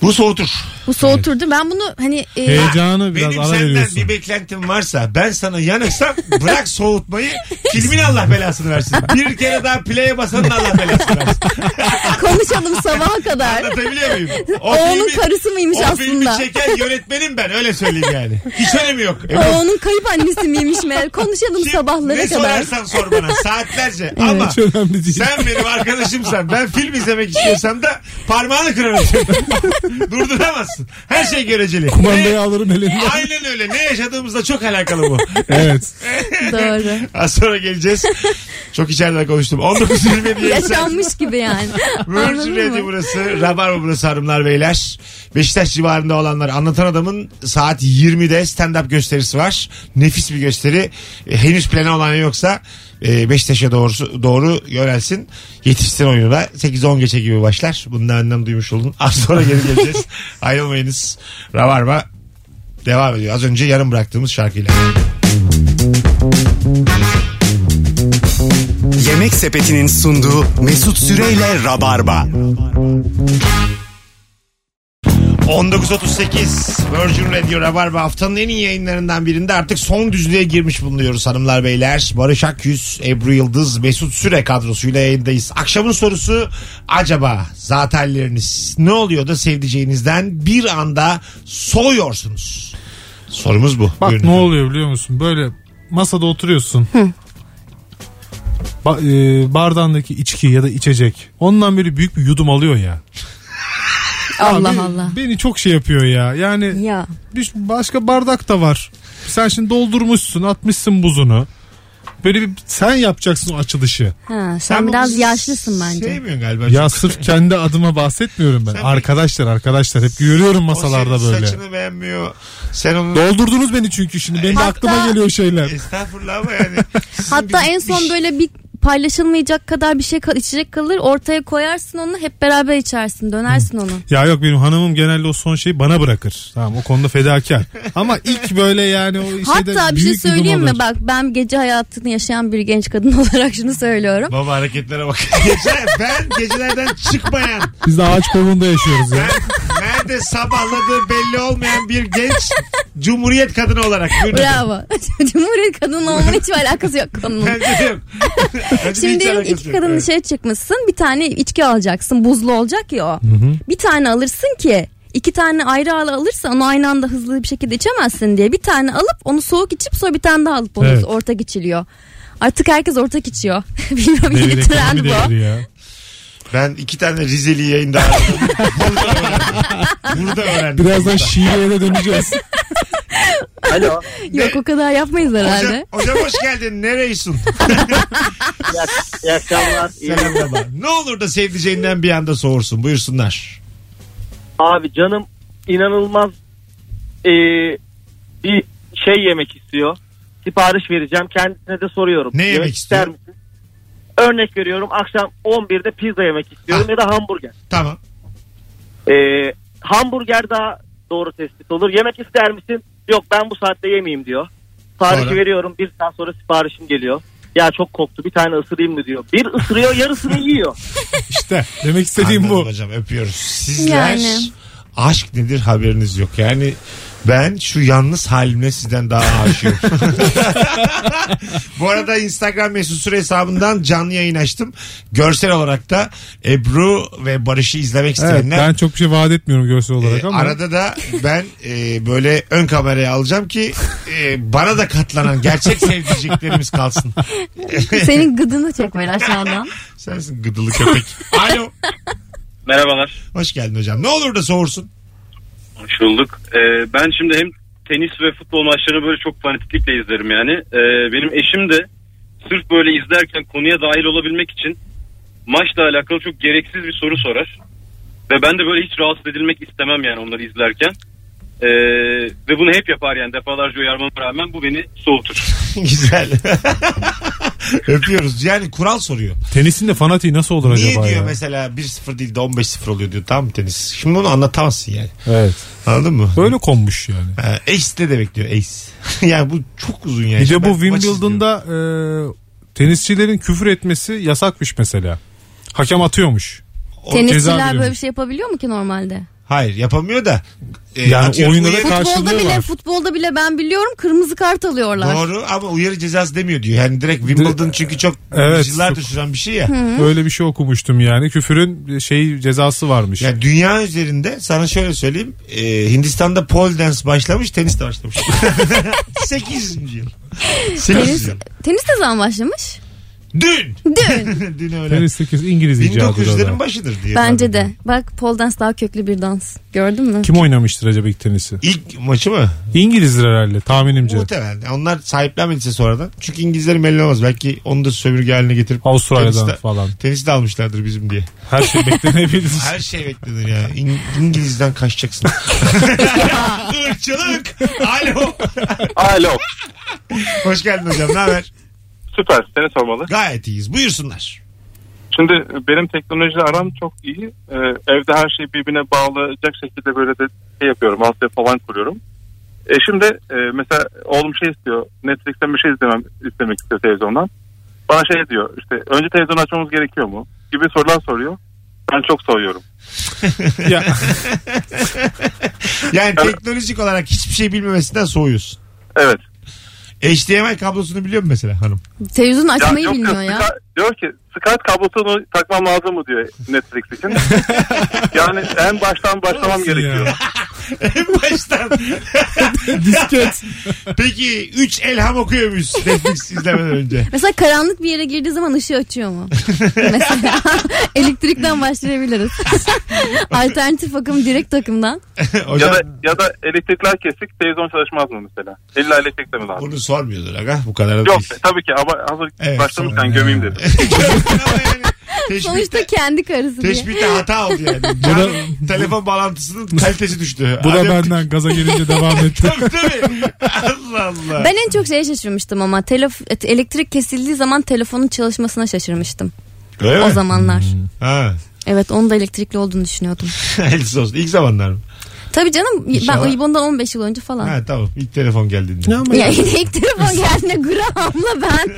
[SPEAKER 2] Bu soğutur.
[SPEAKER 3] Bu soğuturdu ben bunu hani... e,
[SPEAKER 4] Heyecanı biraz
[SPEAKER 2] Benim
[SPEAKER 4] ara
[SPEAKER 2] senden
[SPEAKER 4] veriyorsun.
[SPEAKER 2] bir beklentim varsa ben sana yanıksam bırak soğutmayı filmin Allah belasını versin. Bir kere daha play'e basanın Allah belasını versin.
[SPEAKER 3] konuşalım sabaha kadar.
[SPEAKER 2] Anlatabiliyor muyum?
[SPEAKER 3] Oğlun karısı mıymış
[SPEAKER 2] o filmi
[SPEAKER 3] aslında?
[SPEAKER 2] çeken yönetmenim ben öyle söyleyeyim yani. Hiç önemi yok.
[SPEAKER 3] O onun kayıp annesi miymiş meğer? Konuşalım
[SPEAKER 2] Kim
[SPEAKER 3] sabahlara
[SPEAKER 2] ne
[SPEAKER 3] kadar.
[SPEAKER 2] sorarsan sor bana saatlerce ama
[SPEAKER 4] Hiç önemli değil.
[SPEAKER 2] sen benim arkadaşımsan ben film izlemek istiyorsam da parmağını kırarım seni. Durduramazsın. Her şey göreceli.
[SPEAKER 4] Kumandayı
[SPEAKER 2] Ne-
[SPEAKER 4] alırım elinden.
[SPEAKER 2] Aynen öyle. Ne yaşadığımızla çok alakalı bu.
[SPEAKER 4] evet.
[SPEAKER 3] Doğru.
[SPEAKER 2] Az sonra geleceğiz. Çok içeriden konuştum. 19.27 yayın saati.
[SPEAKER 3] Yaşanmış gibi yani. Anladın
[SPEAKER 2] Virgin Radio
[SPEAKER 3] mı?
[SPEAKER 2] burası. Rabarba burası hanımlar beyler. Beşiktaş civarında olanlar anlatan adamın saat 20'de stand-up gösterisi var. Nefis bir gösteri. E, henüz planı olan yoksa e, Beşiktaş'a doğrusu, doğru yönelsin. Yetişsin oyunu da. 8-10 geçe gibi başlar. Bunu da önden duymuş olun. Az sonra geri geleceğiz. Ayrılmayınız. Rabarba devam ediyor. Az önce yarım bıraktığımız şarkıyla.
[SPEAKER 1] Yemek Sepeti'nin sunduğu Mesut Süreyle Rabarba.
[SPEAKER 2] 19.38 Virgin Radio Rabarba haftanın en iyi yayınlarından birinde artık son düzlüğe girmiş bulunuyoruz hanımlar beyler. Barış Akyüz, Ebru Yıldız, Mesut Süre kadrosuyla yayındayız. Akşamın sorusu acaba zatenleriniz ne oluyor da sevdiceğinizden bir anda soğuyorsunuz? Sorumuz bu.
[SPEAKER 4] Bak
[SPEAKER 2] Buyurun
[SPEAKER 4] ne
[SPEAKER 2] efendim.
[SPEAKER 4] oluyor biliyor musun? Böyle masada oturuyorsun. Ba- e, bardağındaki içki ya da içecek. Ondan böyle büyük bir yudum alıyor ya.
[SPEAKER 3] Allah
[SPEAKER 4] Abi,
[SPEAKER 3] Allah.
[SPEAKER 4] Beni çok şey yapıyor ya. Yani
[SPEAKER 3] Ya.
[SPEAKER 4] bir başka bardak da var. Sen şimdi doldurmuşsun, atmışsın buzunu. Böyle bir sen yapacaksın o açılışı.
[SPEAKER 3] Ha, sen,
[SPEAKER 2] Sen
[SPEAKER 3] biraz
[SPEAKER 2] bunu
[SPEAKER 3] yaşlısın bence.
[SPEAKER 2] Sevmiyorsun galiba.
[SPEAKER 4] Ya sırf kendi adıma bahsetmiyorum ben.
[SPEAKER 2] Sen-
[SPEAKER 4] arkadaşlar, arkadaşlar hep görüyorum
[SPEAKER 2] O senin
[SPEAKER 4] masalarda böyle.
[SPEAKER 2] Saçını beğenmiyor. Sen onu...
[SPEAKER 4] Doldurdunuz beni çünkü şimdi benim de
[SPEAKER 3] Hatta-
[SPEAKER 4] aklıma geliyor şeyler.
[SPEAKER 2] Estağfurullah ama yani. sizin
[SPEAKER 3] Hatta
[SPEAKER 2] bir-
[SPEAKER 3] en son böyle bir paylaşılmayacak kadar bir şey kal- içecek kalır. Ortaya koyarsın onu hep beraber içersin. Dönersin onu.
[SPEAKER 4] Ya yok benim hanımım genelde o son şeyi bana bırakır. Tamam o konuda fedakar. Ama ilk böyle yani o şeyde
[SPEAKER 3] Hatta bir şey
[SPEAKER 4] büyük yudum
[SPEAKER 3] söyleyeyim mi?
[SPEAKER 4] alır.
[SPEAKER 3] Bak ben gece hayatını yaşayan bir genç kadın olarak şunu söylüyorum.
[SPEAKER 2] Baba hareketlere bak. Gece, ben gecelerden çıkmayan
[SPEAKER 4] Biz de ağaç kolunda yaşıyoruz ya.
[SPEAKER 2] Ben nerede sabahladığı belli olmayan bir genç cumhuriyet kadını olarak. Buyurun efendim.
[SPEAKER 3] Bravo. Cumhuriyet kadının olmanın hiçbir alakası yok konunun.
[SPEAKER 2] Bence de yok. Bence de hiç
[SPEAKER 3] Şimdi diyelim
[SPEAKER 2] alakası
[SPEAKER 3] iki
[SPEAKER 2] yok.
[SPEAKER 3] kadın
[SPEAKER 2] Evet.
[SPEAKER 3] dışarı çıkmışsın. Bir tane içki alacaksın. Buzlu olacak ya o. Bir tane alırsın ki iki tane ayrı alı alırsa onu aynı anda hızlı bir şekilde içemezsin diye. Bir tane alıp onu soğuk içip sonra bir tane daha alıp onu
[SPEAKER 4] Evet.
[SPEAKER 3] ortak içiliyor. Artık herkes ortak içiyor. Bilmiyorum
[SPEAKER 4] Devir
[SPEAKER 3] yeni trend
[SPEAKER 4] ekonomi
[SPEAKER 3] bu.
[SPEAKER 4] devri ya.
[SPEAKER 2] Ben iki tane Rizeli yayında aradım. Burada öğrendim. Burada öğrendim.
[SPEAKER 4] Birazdan şiireye de döneceğiz.
[SPEAKER 5] Alo.
[SPEAKER 3] Yok o kadar yapmayız
[SPEAKER 2] Hocam,
[SPEAKER 3] herhalde.
[SPEAKER 2] hocam hoş geldin. Nereysin?
[SPEAKER 5] İyi, ak- iyi akşamlar. İyi-
[SPEAKER 2] Selam baba. Ne olur da sevdiceğinden bir anda soğursun. Buyursunlar.
[SPEAKER 5] Abi canım inanılmaz e, bir şey yemek istiyor. Sipariş vereceğim. Kendisine de soruyorum.
[SPEAKER 2] Ne yemek istiyor?
[SPEAKER 5] misin? Örnek veriyorum akşam 11'de pizza yemek istiyorum
[SPEAKER 2] Ah.
[SPEAKER 5] ya da hamburger.
[SPEAKER 2] Tamam.
[SPEAKER 5] Ee, hamburger daha doğru tespit olur. Yemek ister misin? Yok ben bu saatte yemeyeyim diyor. Siparişi
[SPEAKER 2] Sonra?
[SPEAKER 5] veriyorum. Bir saat sonra siparişim geliyor. Ya çok koktu bir tane ısırayım mı diyor. Bir ısırıyor yarısını yiyor.
[SPEAKER 4] İşte demek istediğim
[SPEAKER 2] Anladım
[SPEAKER 4] bu.
[SPEAKER 2] hocam öpüyoruz. Sizler
[SPEAKER 3] Yani.
[SPEAKER 2] aşk nedir haberiniz yok. Yani ben şu yalnız halimle sizden daha aşığım. Bu arada Instagram mesut süre hesabından canlı yayın açtım. Görsel olarak da Ebru ve Barış'ı izlemek
[SPEAKER 4] Evet,
[SPEAKER 2] isteyenler
[SPEAKER 4] ben çok bir şey vaat etmiyorum görsel olarak
[SPEAKER 2] e,
[SPEAKER 4] ama.
[SPEAKER 2] arada da ben e, böyle ön kameraya alacağım ki e, bana da katlanan gerçek sevdiceklerimiz kalsın.
[SPEAKER 3] Senin gıdını çek böyle aşağıdan.
[SPEAKER 2] Sensin gıdılı köpek. Alo.
[SPEAKER 6] Merhabalar.
[SPEAKER 2] Hoş geldin hocam. Ne olur da soğursun.
[SPEAKER 6] Hoş bulduk. Ee, ben şimdi hem tenis ve futbol maçlarını böyle çok fanatiklikle izlerim yani. Ee, benim eşim de sırf böyle izlerken konuya dahil olabilmek için maçla alakalı çok gereksiz bir soru sorar. Ve ben de böyle hiç rahatsız edilmek istemem yani onları izlerken. Ee, ve bunu hep yapar yani defalarca uyarmama rağmen bu beni soğutur.
[SPEAKER 2] Güzel. Öpüyoruz. Yani kural soruyor.
[SPEAKER 4] Tenisin de fanatiği nasıl olur
[SPEAKER 2] Niye
[SPEAKER 4] acaba
[SPEAKER 2] diyor
[SPEAKER 4] ya?
[SPEAKER 2] mesela 1-0 değil de 15-0 oluyor diyor. Tamam mı tenis. Şimdi bunu anlatamazsın yani.
[SPEAKER 4] Evet.
[SPEAKER 2] Anladın mı?
[SPEAKER 4] Böyle konmuş yani.
[SPEAKER 2] Ha, ace de de bekliyor ace. yani bu çok uzun yani.
[SPEAKER 4] Bir
[SPEAKER 2] Ben
[SPEAKER 4] de bu
[SPEAKER 2] maç
[SPEAKER 4] Wimbledon'da e, tenisçilerin küfür etmesi yasakmış mesela. Hakem atıyormuş. ceza
[SPEAKER 3] Tenisçiler
[SPEAKER 4] birimi.
[SPEAKER 3] böyle bir şey yapabiliyor mu ki normalde?
[SPEAKER 2] Hayır yapamıyor da. E,
[SPEAKER 4] Yani
[SPEAKER 2] atıyorum
[SPEAKER 4] oyunda da
[SPEAKER 2] uyarı-
[SPEAKER 4] Karşılığı
[SPEAKER 3] Futbolda bile
[SPEAKER 4] var.
[SPEAKER 3] futbolda bile ben biliyorum kırmızı kart alıyorlar.
[SPEAKER 2] Doğru ama uyarı cezası demiyor diyor. Yani direkt Wimbledon çünkü çok
[SPEAKER 4] Evet.
[SPEAKER 2] yıllardır süren bir şey ya.
[SPEAKER 4] Öyle bir şey okumuştum yani. Küfürün şey cezası varmış.
[SPEAKER 2] Ya dünya üzerinde sana şöyle söyleyeyim. e, Hindistan'da pole dance başlamış, tenis de başlamış. 8. yıl. 8.
[SPEAKER 3] Tenis,
[SPEAKER 2] yıl.
[SPEAKER 3] tenis ne zaman başlamış?
[SPEAKER 2] Dün.
[SPEAKER 3] Dün.
[SPEAKER 2] Dün öyle.
[SPEAKER 4] Tenis 8 İngiliz icadı. da.
[SPEAKER 2] 1900'lerin başıdır diye.
[SPEAKER 3] Bence de. Bak pole dance daha köklü bir dans. Gördün mü?
[SPEAKER 4] Kim oynamıştır acaba ilk tenisi?
[SPEAKER 2] İlk maçı mı?
[SPEAKER 4] İngilizler herhalde tahminimce.
[SPEAKER 2] Muhtemelen. Onlar sahiplenmediyse sonradan. Çünkü İngilizlerin belli olmaz. Belki onu da sömürge haline getirip
[SPEAKER 4] Avustralya'dan
[SPEAKER 2] tenisi de-
[SPEAKER 4] falan.
[SPEAKER 2] Tenisi de almışlardır bizim diye.
[SPEAKER 4] Her şey beklenebilir.
[SPEAKER 2] Her şey beklenir ya. İng- İngiliz'den kaçacaksın. Irkçılık. Alo.
[SPEAKER 6] Alo.
[SPEAKER 2] Hoş geldin hocam. Ne haber?
[SPEAKER 6] Süper. Seni sormalı.
[SPEAKER 2] Gayet iyiyiz. Buyursunlar.
[SPEAKER 6] Şimdi benim teknolojiyle aram çok iyi. Ee, evde her şeyi birbirine bağlayacak şekilde böyle de şey yapıyorum. Altyapı falan kuruyorum. Eşim de e, mesela oğlum şey istiyor. Netflix'ten bir şey izlemem, istemek istiyor televizyondan. Bana şey diyor işte önce televizyonu açmamız gerekiyor mu? Gibi sorular soruyor. Ben çok soğuyorum.
[SPEAKER 2] şey
[SPEAKER 4] ya,
[SPEAKER 2] Yani teknolojik olarak hiçbir şey bilmemesinden soğuyorsun.
[SPEAKER 6] Evet.
[SPEAKER 2] HDMI kablosunu biliyor musun mesela hanım?
[SPEAKER 3] Televizyon açmayı
[SPEAKER 6] yok,
[SPEAKER 3] bilmiyor
[SPEAKER 6] yok,
[SPEAKER 3] ya.
[SPEAKER 6] Sky- diyor ki Skype kablosunu takmam lazım mı diyor Netflix için. yani en baştan başlamam
[SPEAKER 4] Nasıl ya?
[SPEAKER 6] gerekiyor.
[SPEAKER 2] En baştan.
[SPEAKER 4] disket.
[SPEAKER 2] Peki 3 elham okuyor muyuz Netflix izlemeden önce?
[SPEAKER 3] Mesela karanlık bir yere girdiği zaman ışığı açıyor mu? Mesela elektrikten başlayabiliriz. Alternatif akım direkt akımdan.
[SPEAKER 2] Hocam
[SPEAKER 6] Ya da ya da elektrikler kesik televizyon çalışmaz mı mesela? İlla elektrik de mi lazım?
[SPEAKER 2] bunu sormuyordur aga bu kadar da
[SPEAKER 6] Yok
[SPEAKER 2] değil.
[SPEAKER 6] tabii ki ama hazır
[SPEAKER 2] Evet,
[SPEAKER 6] başlamışken
[SPEAKER 4] sonra-
[SPEAKER 6] gömeyim dedim.
[SPEAKER 2] Ama yani teşbihte,
[SPEAKER 3] Sonuçta kendi karısı diye.
[SPEAKER 2] teşbihte hata oldu yani.
[SPEAKER 4] da-
[SPEAKER 2] Yani telefon bağlantısının kalitesi düştü.
[SPEAKER 4] Bu da
[SPEAKER 2] Hadi öptük.
[SPEAKER 4] benden gaza gelince devam etti.
[SPEAKER 2] Tabii tabii. Allah Allah.
[SPEAKER 3] Ben en çok şeye şaşırmıştım ama telef- elektrik kesildiği zaman telefonun çalışmasına şaşırmıştım
[SPEAKER 2] Öyle mi?
[SPEAKER 3] o zamanlar.
[SPEAKER 2] Hmm. Ha.
[SPEAKER 3] Evet onu da elektrikli olduğunu düşünüyordum.
[SPEAKER 2] Elsiz olsun. İlk zamanlar mı?
[SPEAKER 3] Tabii canım
[SPEAKER 2] İnşallah.
[SPEAKER 3] ben bundan 15 yıl önce falan.
[SPEAKER 2] Ha tamam. İlk telefon geldiğinde.
[SPEAKER 3] Ya ilk telefon geldiğinde Graham'la ben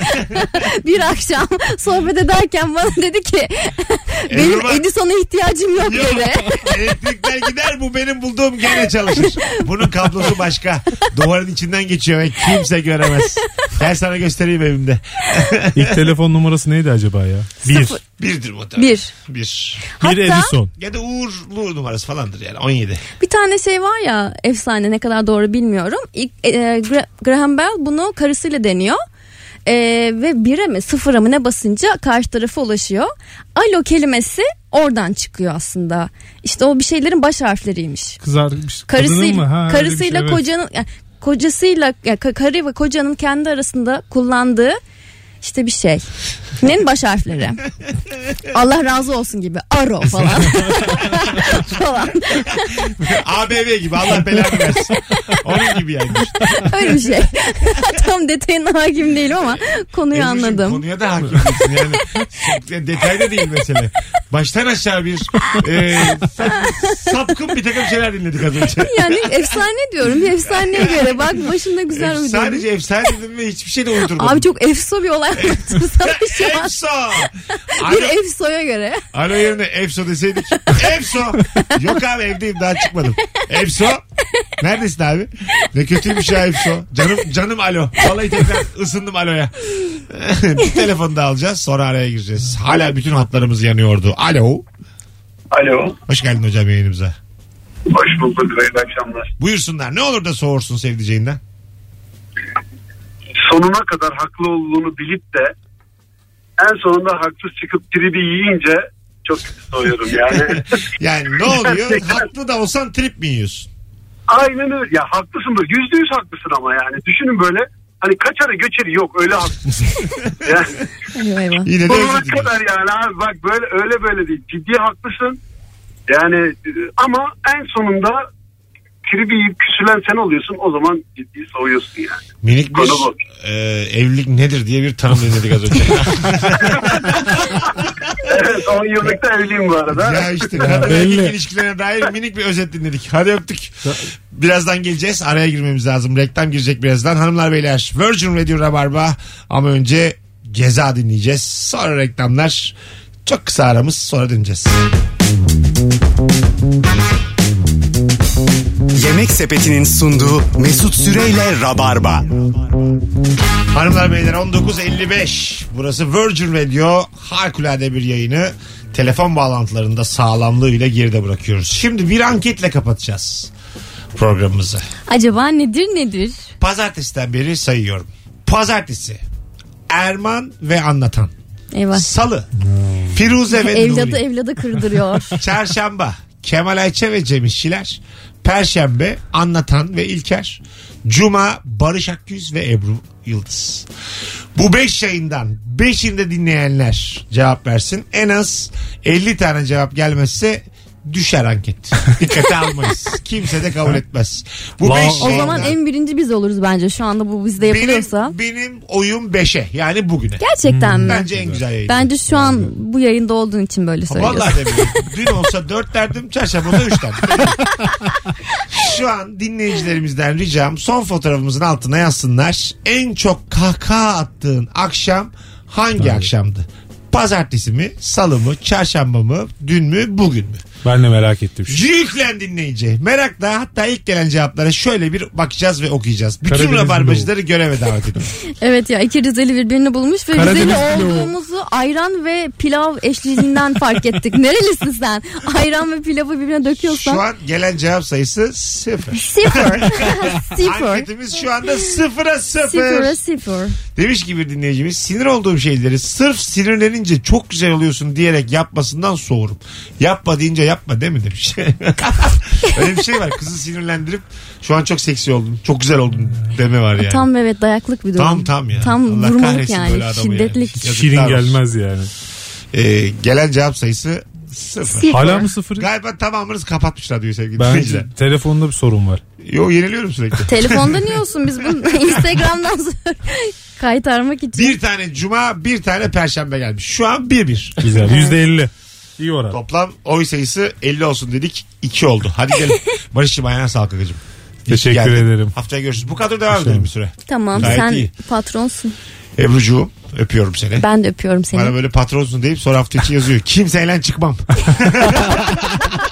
[SPEAKER 3] bir akşam sohbet ederken bana dedi ki benim
[SPEAKER 2] bak-
[SPEAKER 3] Edison'a ihtiyacım E, yok
[SPEAKER 2] Yok.
[SPEAKER 3] dedi.
[SPEAKER 2] Elektrikler gider bu benim bulduğum gene çalışır. Bunun kablosu başka. Duvarın içinden geçiyor ve kimse göremez. Gel sana göstereyim evimde.
[SPEAKER 4] İlk telefon numarası neydi acaba ya? Bir.
[SPEAKER 2] Birdir bu tabii.
[SPEAKER 3] Bir.
[SPEAKER 2] Bir.
[SPEAKER 4] Bir
[SPEAKER 3] Hatta-
[SPEAKER 4] Edison.
[SPEAKER 2] Ya da uğurlu numarası falandır yani 17.
[SPEAKER 3] Bir tane şey var ya efsane ne kadar doğru bilmiyorum. İlk, e, Gra- Graham Bell bunu karısıyla deniyor. E, ve bire mi sıfıra mı ne basınca karşı tarafa ulaşıyor. Alo kelimesi oradan çıkıyor aslında. İşte o bir şeylerin baş harfleriymiş.
[SPEAKER 4] Kızarmış. Kadının mı?
[SPEAKER 3] Karısıyla,
[SPEAKER 4] Ha, öyle bir
[SPEAKER 3] karısıyla
[SPEAKER 4] şey, evet.
[SPEAKER 3] kocanın yani kocasıyla ya ka- karı ve kocanın kendi arasında kullandığı işte bir şey. isminin baş harfleri. Allah razı olsun gibi. Aro falan. falan.
[SPEAKER 2] ABB gibi Allah belanı versin. Onun gibi yani.
[SPEAKER 3] Öyle bir şey. Tam detayına hakim değilim ama konuyu
[SPEAKER 2] Ebru'cum,
[SPEAKER 3] anladım.
[SPEAKER 2] Konuya da hakim değilsin yani. Çok Detayda değil mesele. Baştan aşağı bir e, sapkın bir takım şeyler dinledik az önce.
[SPEAKER 3] Yani efsane diyorum. Bir efsaneye göre bak başında güzel uydurdum.
[SPEAKER 4] şey
[SPEAKER 2] Sadece efsane dedim ve hiçbir şey de uydurmadım.
[SPEAKER 3] Abi çok efso bir olay anlattım sana şu an.
[SPEAKER 2] Efso. Alo,
[SPEAKER 3] Bir efsoya göre.
[SPEAKER 2] alo yerine Efso deseydik. Efso. Yok abi evdeyim daha çıkmadım. Efso. Neredesin abi? Ne kötüymüş ya Efso. Canım canım alo. Vallahi tekrar ısındım aloya. bir telefon da alacağız sonra araya gireceğiz. Hala bütün hatlarımız yanıyordu. Alo.
[SPEAKER 6] Alo.
[SPEAKER 2] Hoş geldin hocam yayınımıza.
[SPEAKER 6] Hoş bulduk. Hayırlı akşamlar.
[SPEAKER 2] Buyursunlar. Ne olur da soğursun sevdiceğinden.
[SPEAKER 6] Sonuna kadar haklı olduğunu bilip de en sonunda haksız çıkıp tribi yiyince çok kötü soğuyorum yani.
[SPEAKER 2] Yani ne oluyor?
[SPEAKER 6] Gerçekten.
[SPEAKER 2] Haklı da olsan trip mi yiyorsun?
[SPEAKER 6] Aynen öyle. Ya haklısın böyle. Yüzde yüz haklısın ama yani. Düşünün böyle. Hani kaçarı göçeri yok öyle haklısın. yani,
[SPEAKER 3] Eyvah eyvah.
[SPEAKER 2] Yine de
[SPEAKER 6] sonuna
[SPEAKER 2] özür diliyorum.
[SPEAKER 6] kadar yani abi bak böyle öyle böyle değil. Ciddi haklısın. Yani e, ama en sonunda tribi yiyip küsülen sen oluyorsun. O zaman ciddi soğuyorsun yani.
[SPEAKER 2] Minik bir
[SPEAKER 6] Konu bu.
[SPEAKER 2] e, evlilik nedir diye bir tanım dinledik az önce.
[SPEAKER 6] Evet 10 yıllık da evliyim bu arada.
[SPEAKER 2] ya işte kadın
[SPEAKER 4] belli.
[SPEAKER 2] erkek ilişkilerine dair minik bir özet dinledik. Hadi öptük. Birazdan geleceğiz. Araya girmemiz lazım. Reklam girecek birazdan. Hanımlar beyler Virgin Radio Rabarba ama önce Geza dinleyeceğiz. Sonra reklamlar. Çok kısa aramız sonra döneceğiz.
[SPEAKER 1] Yemek sepetinin sunduğu Mesut Süreyle Rabarba.
[SPEAKER 2] Hanımlar beyler 19.55 burası Virgin Radio harikulade bir yayını telefon bağlantılarında sağlamlığıyla geride bırakıyoruz. Şimdi bir anketle kapatacağız programımızı.
[SPEAKER 3] Acaba nedir nedir?
[SPEAKER 2] Pazartesiden beri sayıyorum. Pazartesi Erman ve Anlatan.
[SPEAKER 3] Eyvah.
[SPEAKER 2] Salı Firuze ve
[SPEAKER 3] Evladı
[SPEAKER 2] Nuri.
[SPEAKER 3] evladı kırdırıyor.
[SPEAKER 2] Çarşamba Kemal Ayça ve Cem İşçiler. Perşembe Anlatan ve İlker. Cuma Barış Akgüz ve Ebru Yıldız. Bu 5 yayından 5'inde dinleyenler cevap versin. En az 50 tane cevap gelmezse düşer anket. Dikkate almayız. Kimse de kabul etmez. Bu
[SPEAKER 4] Vav-
[SPEAKER 2] beş
[SPEAKER 3] o zaman
[SPEAKER 2] yayından
[SPEAKER 3] en birinci biz oluruz bence şu anda bu bizde
[SPEAKER 2] benim,
[SPEAKER 3] yapılıyorsa.
[SPEAKER 2] benim oyum 5'e yani bugüne.
[SPEAKER 3] Gerçekten mi?
[SPEAKER 2] Bence en güzel yayın.
[SPEAKER 3] Bence şu an bu yayında olduğun için böyle söylüyorsun.
[SPEAKER 2] Vallahi demiyorum. Dün olsa dört derdim, çarşamba da üç derdim. Şu an dinleyicilerimizden ricam son fotoğrafımızın altına yazsınlar. En çok kahkaha attığın akşam hangi akşamdı? Pazartesi mi, salı mı, çarşamba mı, dün mü, bugün mü?
[SPEAKER 4] Ben de merak ettim. şu-
[SPEAKER 2] Yüklen dinleyici. Merakla hatta ilk gelen cevaplara şöyle bir bakacağız ve okuyacağız. Bütün
[SPEAKER 4] Karadeniz
[SPEAKER 2] rabarbacıları göreve davet ediyorum.
[SPEAKER 3] Evet ya iki Rizeli birbirini bulmuş ve
[SPEAKER 4] Karadeniz
[SPEAKER 3] Rizeli
[SPEAKER 4] pilavı.
[SPEAKER 3] olduğumuzu ayran ve pilav eşliğinden fark ettik. Nerelisin sen? Ayran ve pilavı birbirine döküyorsan.
[SPEAKER 2] Şu an gelen cevap sayısı sıfır.
[SPEAKER 3] Sıfır. sıfır.
[SPEAKER 2] Anketimiz şu anda sıfıra sıfır.
[SPEAKER 3] Sıfıra sıfır.
[SPEAKER 2] Demiş ki bir dinleyicimiz sinir olduğum şeyleri sırf sinirlenince çok güzel oluyorsun diyerek yapmasından soğurum. Yapma deyince yapma değil mi demiş. Öyle bir şey var kızı sinirlendirip şu an çok seksi oldun çok güzel oldun deme var yani. Tam
[SPEAKER 3] Tam evet dayaklık bir durum.
[SPEAKER 2] tam, ya.
[SPEAKER 3] Tam
[SPEAKER 2] Allah
[SPEAKER 3] vurmalık
[SPEAKER 2] kahretsin böyle
[SPEAKER 3] yani.
[SPEAKER 2] adamı yani.
[SPEAKER 3] Şiddetlik.
[SPEAKER 2] Yazıklar
[SPEAKER 4] Şirin
[SPEAKER 2] olsun.
[SPEAKER 4] gelmez yani.
[SPEAKER 2] Ee, gelen cevap sayısı sıfır.
[SPEAKER 3] Sıfır.
[SPEAKER 4] Hala mı sıfır?
[SPEAKER 2] Galiba tamamınız kapatmış radyoyu sevgili dinleyiciler.
[SPEAKER 4] Bence telefonda bir sorun var.
[SPEAKER 2] Yo yeniliyorum sürekli.
[SPEAKER 3] Telefonda niye olsun biz bunu Instagram'dan sonra kaytarmak için.
[SPEAKER 2] bir tane cuma bir tane perşembe gelmiş. Şu an bir bir.
[SPEAKER 4] Güzel. Yüzde elli. İyi oran.
[SPEAKER 2] Toplam oy sayısı 50 olsun dedik. 2 oldu. Hadi gelin. Barış'cığım ayağına sağlık kakacığım. İyi ki
[SPEAKER 4] Teşekkür
[SPEAKER 2] geldin.
[SPEAKER 4] ederim.
[SPEAKER 2] Haftaya görüşürüz. Bu kadar devam edelim bir süre.
[SPEAKER 3] Tamam
[SPEAKER 2] Gayet
[SPEAKER 3] sen
[SPEAKER 2] iyi.
[SPEAKER 3] patronsun.
[SPEAKER 2] Ebru'cuğum öpüyorum seni.
[SPEAKER 3] Ben de öpüyorum seni.
[SPEAKER 2] Bana böyle patronsun deyip sonra hafta içi yazıyor. Kimseyle çıkmam.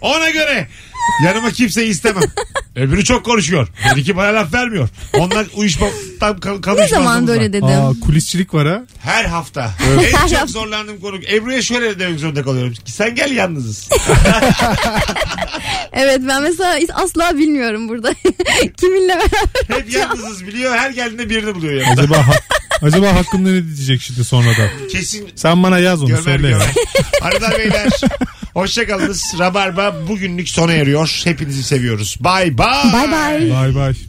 [SPEAKER 2] Ona göre yanıma kimseyi istemem. Öbürü çok konuşuyor. Bir iki bana laf vermiyor. Onlar uyuşmaktan kal-
[SPEAKER 3] Ne
[SPEAKER 2] kalışmazlığımız
[SPEAKER 3] zaman
[SPEAKER 2] var.
[SPEAKER 3] böyle dedim?
[SPEAKER 4] Aa, kulisçilik var ha.
[SPEAKER 2] Her hafta. En
[SPEAKER 3] Her
[SPEAKER 2] çok
[SPEAKER 3] hafta.
[SPEAKER 2] zorlandığım konu. Ebru'ya şöyle demek zorunda kalıyorum. Sen gel yalnızız.
[SPEAKER 3] Evet ben mesela asla bilmiyorum burada. Kiminle beraber
[SPEAKER 2] Hep yalnızız biliyor. Her geldiğinde birini buluyor yanında.
[SPEAKER 4] Acaba ha- acaba hakkımda ne diyecek şimdi sonradan?
[SPEAKER 2] Kesin
[SPEAKER 4] Sen bana yaz onu
[SPEAKER 2] gömer
[SPEAKER 4] söyle. ya.
[SPEAKER 2] gömer. Arada beyler. Hoşçakalınız. Rabarba bugünlük sona eriyor. Hepinizi seviyoruz. Bye bye.
[SPEAKER 3] Bay bay.
[SPEAKER 4] Bay bay.